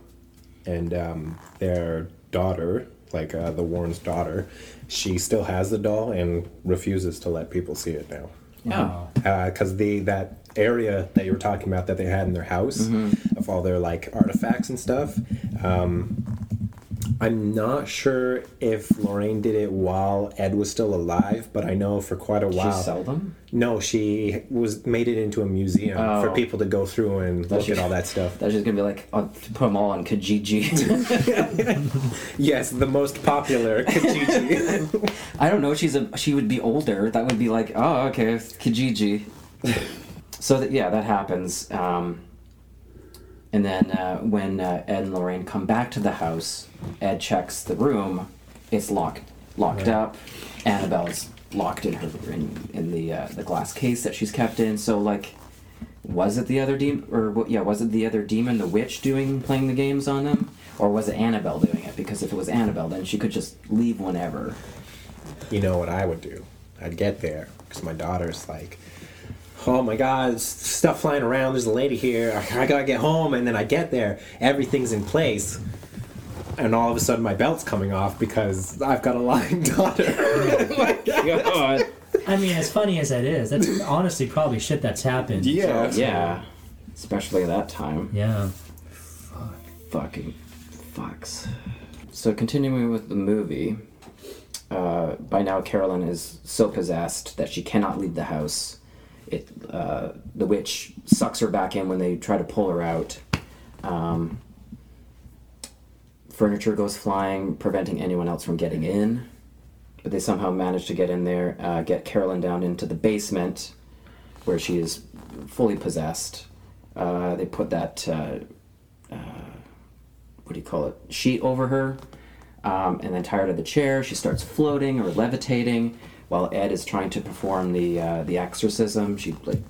and um, their daughter, like uh, the Warren's daughter, she still has the doll and refuses to let people see it now.
Yeah.
because the that area that you were talking about that they had in their house of all their like artifacts and stuff. Um, I'm not sure if Lorraine did it while Ed was still alive, but I know for quite a while.
She sell them?
No, she was made it into a museum for
Oh.
people to go through and look
she-
at all that stuff.
That's just gonna be like, I'll put them all on Kijiji.
Yes, the most popular Kijiji.
I don't know. She's a she would be older. That would be like, oh okay, Kijiji. so that yeah, that happens. Um, and then uh, when uh, Ed and Lorraine come back to the house, Ed checks the room. It's locked locked up. Annabelle's locked in her in, in the uh, the glass case that she's kept in. So like. Was it the other demon, or what- yeah, was it the other demon, the witch, doing playing the games on them, or was it Annabelle doing it? Because if it was Annabelle, then she could just leave whenever.
you know what I would do? I'd get there because my daughter's like, oh my god, there's stuff flying around. There's a lady here. I gotta get home. And then I get there, everything's in place, and all of a sudden my belt's coming off because I've got a lying daughter.
I mean, as funny as that is, that's honestly probably shit that's happened.
Yeah, especially that time.
Yeah.
Fucking fucks. So continuing with the movie, uh, by now Carolyn is so possessed that she cannot leave the house. It uh, the witch sucks her back in when they try to pull her out. Um, furniture goes flying, preventing anyone else from getting in. But they somehow manage to get in there, uh, get Carolyn down into the basement, where she is fully possessed. Uh, they put that, uh, uh, what do you call it, sheet over her. Um, and then, tired of the chair, she starts floating or levitating while Ed is trying to perform the, uh, the exorcism. She, like,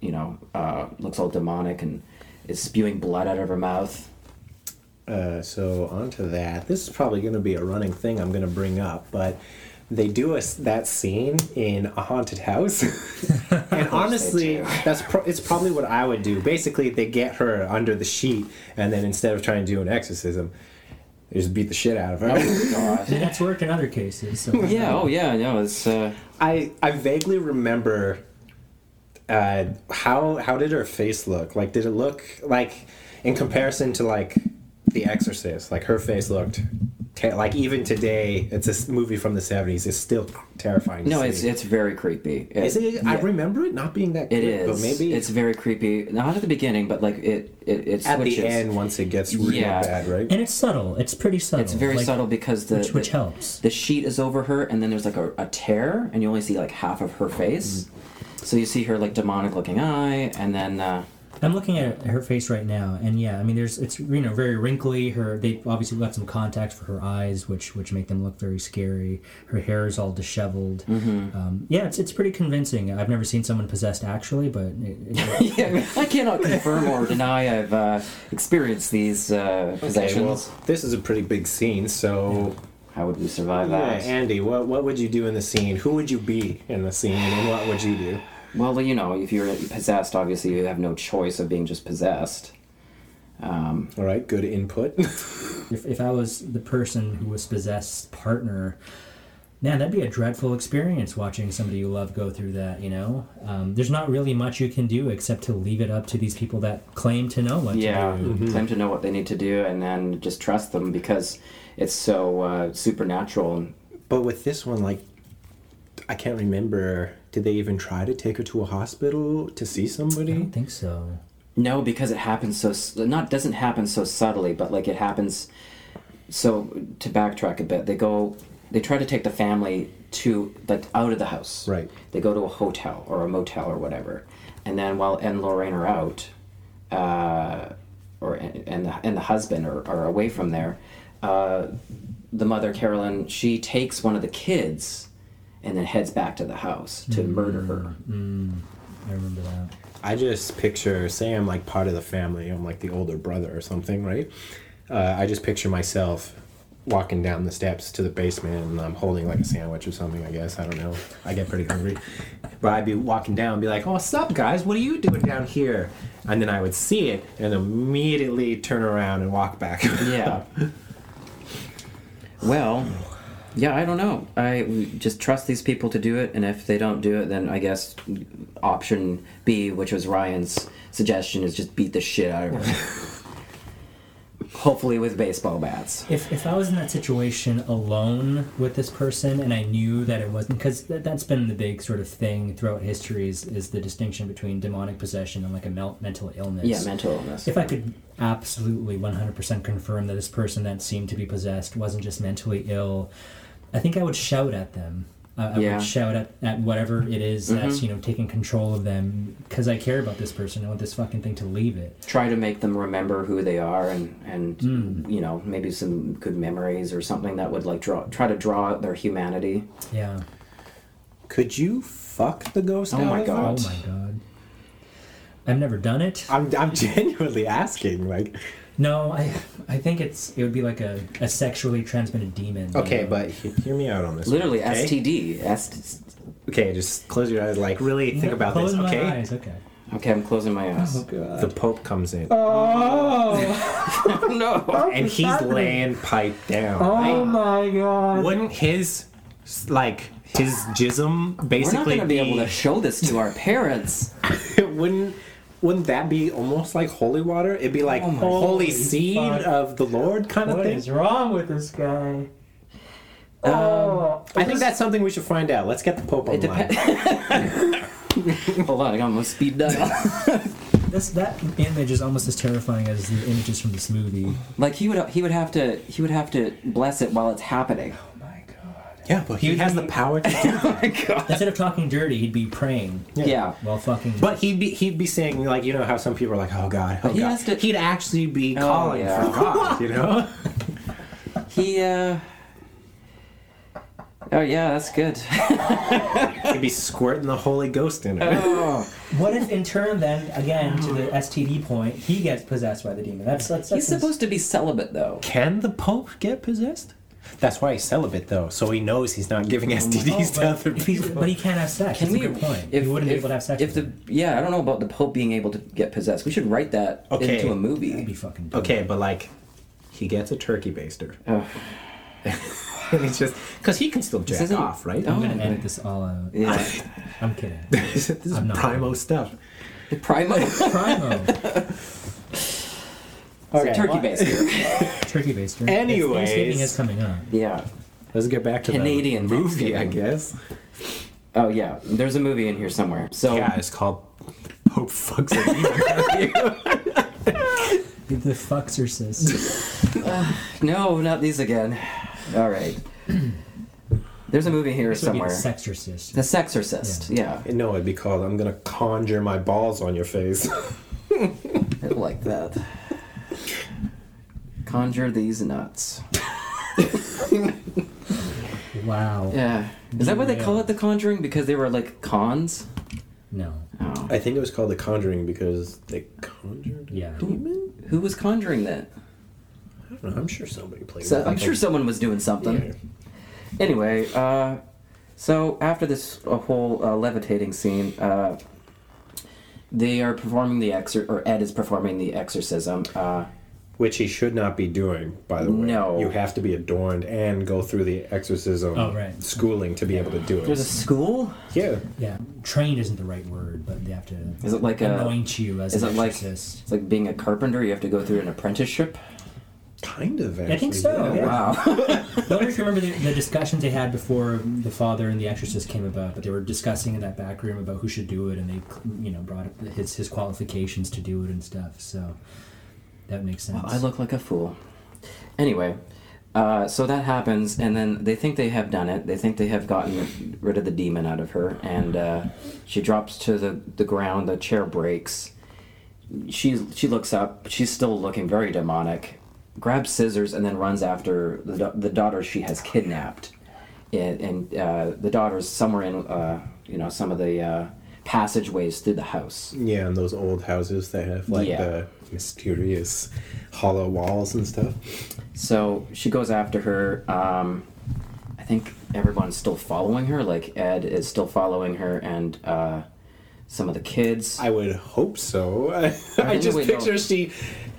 you know, uh, looks all demonic and is spewing blood out of her mouth.
Uh, so onto that. This is probably going to be a running thing I'm going to bring up, but they do us that scene in a haunted house, and honestly,
do.
that's pro- it's probably what I would do. Basically, they get her under the sheet, and then instead of trying to do an exorcism, they just beat the shit out of her.
And that's worked in other cases. So.
Yeah, oh, yeah, no, it's. Uh,
I I vaguely remember uh, how how did her face look? Like, did it look like in comparison to like The Exorcist? Like her face looked ter- like even today. It's a s- movie from the seventies. It's still terrifying. to
no,
see.
it's, it's very creepy.
Is it? I remember it not being that.
It
good,
is.
but maybe
it's very creepy. Not at the beginning, but like it, it, it switches.
at the end once it gets really
Yeah.
bad, right?
And it's subtle. It's pretty subtle.
It's very
like,
subtle because the
which, which
the,
helps.
the sheet is over her, and then there's like a, a tear, and you only see like half of her face. So you see her like demonic looking eye, and then uh,
I'm looking at her face right now, and yeah, I mean, there's it's you know very wrinkly. Her they obviously got some contacts for her eyes, which which make them look very scary. Her hair is all disheveled. Um, yeah, it's it's pretty convincing. I've never seen someone possessed actually, but it, it,
yeah, I cannot confirm or deny I've uh, experienced these uh,
Okay, well,
possessions.
this is a pretty big scene, so
How would we survive
Yeah,
that?
Andy, what what would you do in the scene? Who would you be in the scene, and what would you do?
Well, you know, if you're possessed, obviously you have no choice of being just possessed. Um,
All right, good input.
If, if I was the person who was possessed partner, man, that'd be a dreadful experience watching somebody you love go through that, you know? Um, there's not really much you can do except to leave it up to these people that claim to know what
yeah,
to do.
claim to know what they need to do, and then just trust them because it's so uh, supernatural.
But with this one, like, I can't remember. Did they even try to take her to a hospital to see
I
somebody?
don't think so.
No, because it happens so s- not doesn't happen so subtly, but like it happens. So to backtrack a bit, they go they try to take the family to like out of the house.
Right.
They go to a hotel or a motel or whatever, and then while Ed and Lorraine are out, uh, or and the, and the husband are, are away from there, uh, the mother Carolyn she takes one of the kids, and then heads back to the house to murder her.
I remember that.
I just picture, say I'm like part of the family, I'm like the older brother or something, right? Uh, I just picture myself walking down the steps to the basement and I'm holding like a sandwich or something, I guess. I don't know. I get pretty hungry. But I'd be walking down and be like, oh, what's up, guys? What are you doing down here? And then I would see it and immediately turn around and walk back.
Yeah. well, yeah, I don't know. I we just trust these people to do it, and if they don't do it, then I guess option B, which was Ryan's suggestion, is just beat the shit out of her. Hopefully with baseball bats.
If, if I was in that situation alone with this person and I knew that it wasn't, because th- that's been the big sort of thing throughout history is, is the distinction between demonic possession and like a mel- mental illness.
Yeah, mental illness.
If I could absolutely 100% confirm that this person that seemed to be possessed wasn't just mentally ill, I think I would shout at them. I, I
Yeah. Mm-hmm.
would shout at, at whatever it is that's, you know, taking control of them because I care about this person. I want this fucking thing to leave it.
Try to make them remember who they are, and and you know maybe some good memories or something that would like draw try to draw out their humanity.
Yeah.
Could you fuck the ghost?
Oh my
out of
God.
it?
Oh my God. I've never done it.
I'm, I'm genuinely asking. Like,
No, I I think it's it would be like a, a sexually transmitted demon. you
okay,
know?
but he- hear me out on this. one,
Literally
okay?
STD. S-
Okay, just close your eyes. Like, really think about
Close
this.
my
Okay.
eyes, okay.
okay, I'm closing my eyes.
The Pope comes in
Oh,
no.
and he's laying pipe down.
Oh my god.
Wouldn't his like his jism
We're not
basically
going to be able to show this to our parents.
wouldn't wouldn't that be almost like holy water? It'd be like holy seed
fuck.
of the Lord kind of
Oh What
thing.
is wrong with this guy?
I think that's something we should find out. Let's get the Pope on
It
line.
depends. Hold on, I got my speed dial.
This that image is almost as terrifying as the images from this movie.
like he would he would have to he would have to bless it while it's happening.
Yeah, but he has the power to do that.
Instead of talking dirty, he'd be praying.
Yeah.
Well, fucking.
But he'd be he'd be saying like you know how some people are like oh god oh
he
god
has to- Oh,
he'd actually be calling
yeah.
for God you know
He uh Oh yeah, that's good.
he'd be squirting the Holy Ghost in it.
what if, in turn, then again to the STD point, he gets possessed by the demon? That's that's.
He's supposed to be celibate though.
Can the Pope get possessed? That's why he's celibate though, so he knows he's not giving
Oh,
STDs to other people.
But he can't have sex.
Can
That's a good point. he wouldn't be
if,
able to have sex.
If
with
the yeah, I don't know about the Pope being able to get possessed. We should write that
Okay.
into a
would be
movie.
fucking. dope.
Okay, but like, he gets a turkey baster.
Ugh.
and he's just because he can still jack
isn't-
off, right?
Oh.
I'm gonna edit this all out.
Yeah.
I'm kidding.
this is
I'm not-
primo stuff.
Primo
Primo.
Okay,
turkey
well,
base here.
Turkey baster. It's
Anyways.
Thanksgiving is coming up.
Yeah.
Let's get back to
Canadian
the movie, I
Thanksgiving.
guess.
Oh yeah, there's a movie in here somewhere. So
Yeah, it's called Pope fucks a demon.
The fucksorcist.
no, not these again. All right. There's a movie here
This would be the
somewhere.
sexorcist.
the Sexorcist. Yeah,
no, it'd be called "I'm gonna conjure my balls on your face."
I like that. Conjure these nuts.
Wow.
Yeah. Is that what they call it, The Conjuring? Because they were like cons.
No.
Oh.
I think it was called The Conjuring because they conjured.
Yeah.
Demon?
Who was conjuring that?
I don't know. I'm sure somebody played.
So
with
I'm
that.
sure someone was doing something.
Yeah.
Anyway, uh, so after this uh, whole uh, levitating scene, uh, they are performing the exor, or Ed is performing the exorcism. Uh,
Which he should not be doing, by the way.
No.
You have to be adorned and go through the exorcism
Oh, right.
schooling to be able to do it.
there's a school.
yeah.
Yeah. Trained isn't the right word, but they have to
Is it like a?
anoint you as
Is
an
it like?
exorcist.
It's like being a carpenter. You have to go through an apprenticeship.
Kind of, actually.
I think so.
yeah.
Yeah.
Wow.
Don't know if you remember the, the discussions they had before the father and the exorcist came about, but they were discussing in that back room about who should do it, and they, you know, brought up his his qualifications to do it and stuff. So that makes sense.
I look like a fool. Anyway, uh, so that happens, and then they think they have done it. They think they have gotten rid of the demon out of her, and uh, she drops to the, the ground. The chair breaks. She she looks up. She's still looking very demonic. Grabs scissors and then runs after the, da- the daughter she has kidnapped, and, and uh, the daughter's somewhere in uh, you know some of the uh, passageways through the house.
Yeah, and those old houses that have like
Yeah.
the mysterious hollow walls and stuff.
So she goes after her. Um, I think everyone's still following her. Like Ed is still following her, and uh, some of the kids.
I would hope so. I, just
we
picture
don't.
she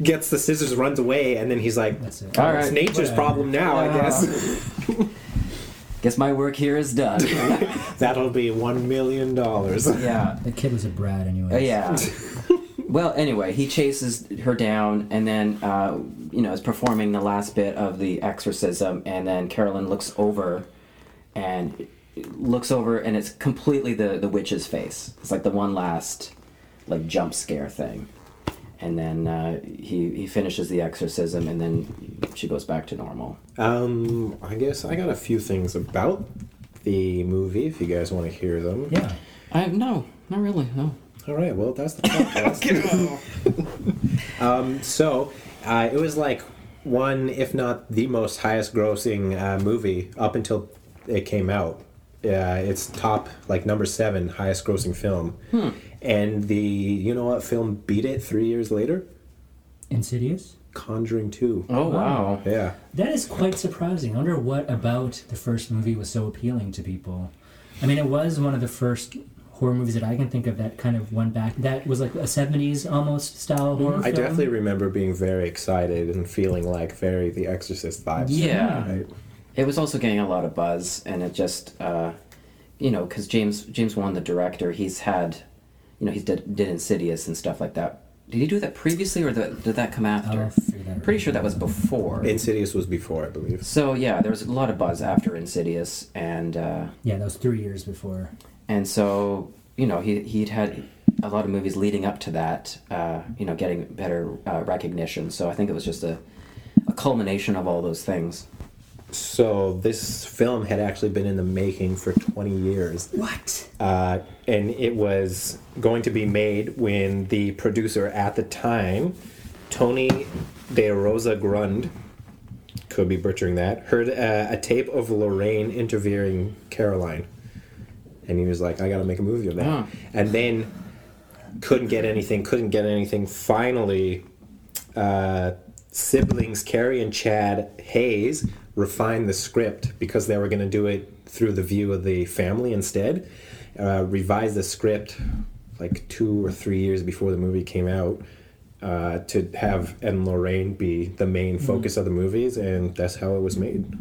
gets the scissors, runs away, and then he's like,
That's it.
"Oh,
All
it's
right.
nature's
Whatever.
problem now, I
Yeah.
guess."
Guess my work here is done.
That'll be one million dollars.
yeah.
That kid was a brat, anyway.
Uh, yeah. well, anyway, he chases her down, and then uh, you know is performing the last bit of the exorcism, and then Carolyn looks over, and looks over, and it's completely the the witch's face. It's like the one last like jump scare thing, and then uh, he he finishes the exorcism, and then she goes back to normal.
Um, I guess I got a few things about the movie if you guys want to hear them.
Yeah.
I no, not really, no.
All right, well, that's the podcast. um, so, uh, it was like one, if not the most highest grossing uh, movie up until it came out. Uh, it's top, like number seven highest grossing film. And the, you know what film beat it three years later?
Insidious.
Conjuring 2.
Oh wow.
Yeah.
That is quite surprising. I wonder what about the first movie was so appealing to people. I mean, it was one of the first horror movies that I can think of that kind of went back. That was like a '70s almost style
Mm-hmm.
horror.
I
film.
definitely remember being very excited and feeling like very The Exorcist vibes.
Yeah.
Right?
It was also getting a lot of buzz, and it just, uh, you know, because James James Wan, the director, he's had, you know, he did, did Insidious and stuff like that. Did he do that previously, or that did that come after?
I'll figure that
Pretty
out.
sure that was before.
Insidious was before, I believe.
so yeah, there was a lot of buzz after Insidious, and uh,
Yeah, that was three years before.
and so you know he he'd had a lot of movies leading up to that, uh, you know, getting better uh, recognition. So I think it was just a, a culmination of all those things.
So this film had actually been in the making for 20 years.
What?
Uh, and it was going to be made when the producer at the time, Tony De Rosa Grund, could be butchering that, heard uh, a tape of Lorraine interviewing Caroline. And he was like, I gotta make a movie of that.
Huh.
And then couldn't get anything, couldn't get anything. Finally, uh, siblings Carrie and Chad Hayes refined the script because they were going to do it through the view of the family instead. Uh, revised the script like two or three years before the movie came out uh, to have Ed and Lorraine be the main focus of the movies, and that's how it was made.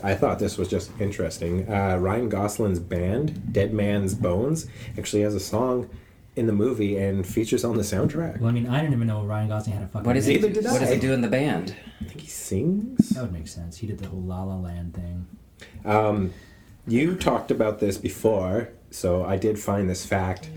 I thought this was just interesting. Uh, Ryan Gosling's band, Dead Man's Bones, actually has a song in the movie and features on the soundtrack.
Well, I mean, I didn't even know Ryan Gosling had a fucking.
What is he?
Neither did
What does
I.
he do in the band?
He sings.
That would make sense. He did the whole La La Land thing.
You talked about this before, so I did find this fact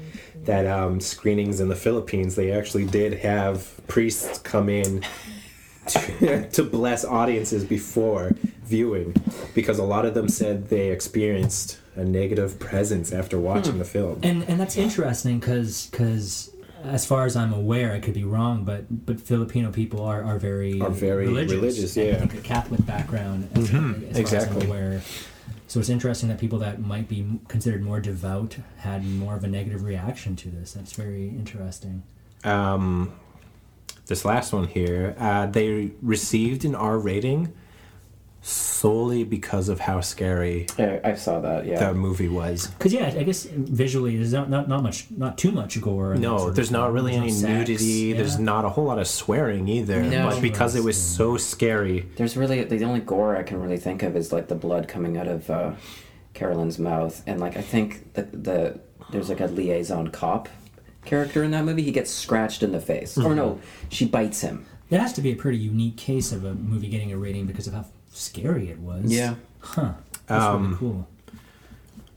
that um, screenings in the Philippines they actually did have priests come in to, to bless audiences before viewing because a lot of them said they experienced a negative presence after watching the film.
And and that's interesting because as far as I'm aware, I could be wrong, but but Filipino people are, are very
Are very religious,
and I
yeah.
think a Catholic background. As,
Mm-hmm.
as Far
exactly.
as I'm aware. So it's interesting that people that might be considered more devout had more of a negative reaction to this. That's very interesting.
um, this last one here, uh, they received an R rating solely because of how scary
Yeah, I saw that. Yeah.
the movie was.
Because yeah, I guess visually there's not, not, not much, not too much gore. and that sort
No,
of
there's not
thing.
really
There's
any
no sex,
nudity. There's
yeah.
not a whole lot of swearing either.
No.
But because it was so scary,
There's really the only gore I can really think of is like the blood coming out of uh, Carolyn's mouth, and like I think the the there's like a liaison cop character in that movie. He gets scratched in the face, or no, she bites him.
That has to be a pretty unique case of a movie getting a rating because of how scary it was.
Yeah. Um,
Huh. That's really cool.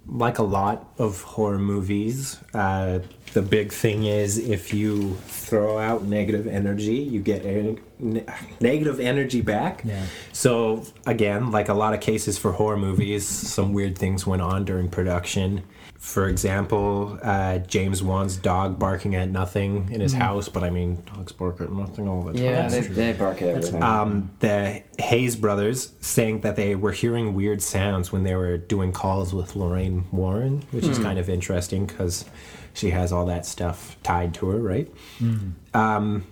like a lot of horror movies, uh, the big thing is if you throw out negative energy, you get en- ne- negative energy back.
Yeah.
So again, like a lot of cases for horror movies, some weird things went on during production. For example, uh, James Wan's dog barking at nothing
Mm.
in his house, but I mean, dogs bark at nothing all the time.
Yeah, they, they bark at everything.
Um, the Hayes brothers saying that they were hearing weird sounds when they were doing calls with Lorraine Warren, which is kind of interesting because she has all that stuff tied to her, right? Um,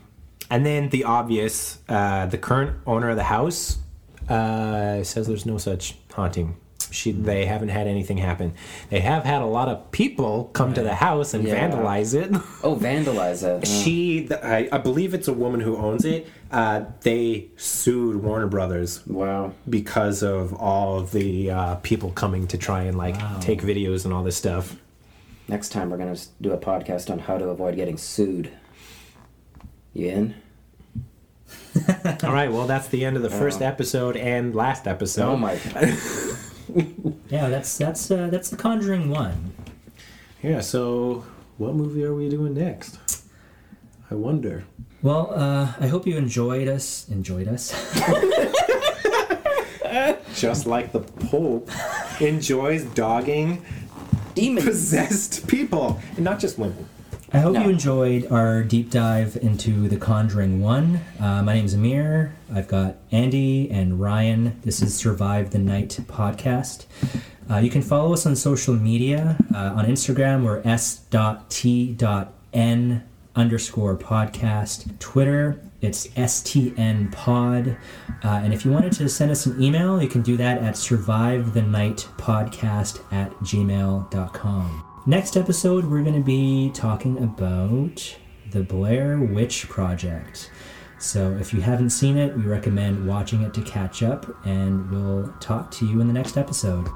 and then the obvious uh, the current owner of the house uh, says there's no such haunting. She, they haven't had anything happen. They have had a lot of people come to the house and
Yeah.
vandalize it.
oh, vandalize it. Yeah.
She, th- I, I believe it's a woman who owns it. Uh, they sued Warner Brothers
Uh, wow.
because of all of the uh, people coming to try and like take videos and all this stuff.
Next time we're gonna s- do a podcast on how to avoid getting sued. You in?
all right, well that's the end of the first episode and last episode.
Oh my!
Yeah, that's that's uh, that's the Conjuring one.
Yeah. So, what movie are we doing next? I wonder.
Well, uh, I hope you enjoyed us. Enjoyed us.
Just like the Pope enjoys dogging
Demons.
possessed people, and not just women.
I hope
No.
you enjoyed our deep dive into the Conjuring one. Uh, my name's Amir. I've got Andy and Ryan. This is Survive the Night podcast. Uh, you can follow us on social media. Uh, on Instagram, we're s.t.n underscore podcast. Twitter, it's STN pod. Uh, and if you wanted to send us an email, you can do that at survive the night podcast at gmail.com. Next episode, we're going to be talking about the Blair Witch Project. So if you haven't seen it, we recommend watching it to catch up, and we'll talk to you in the next episode.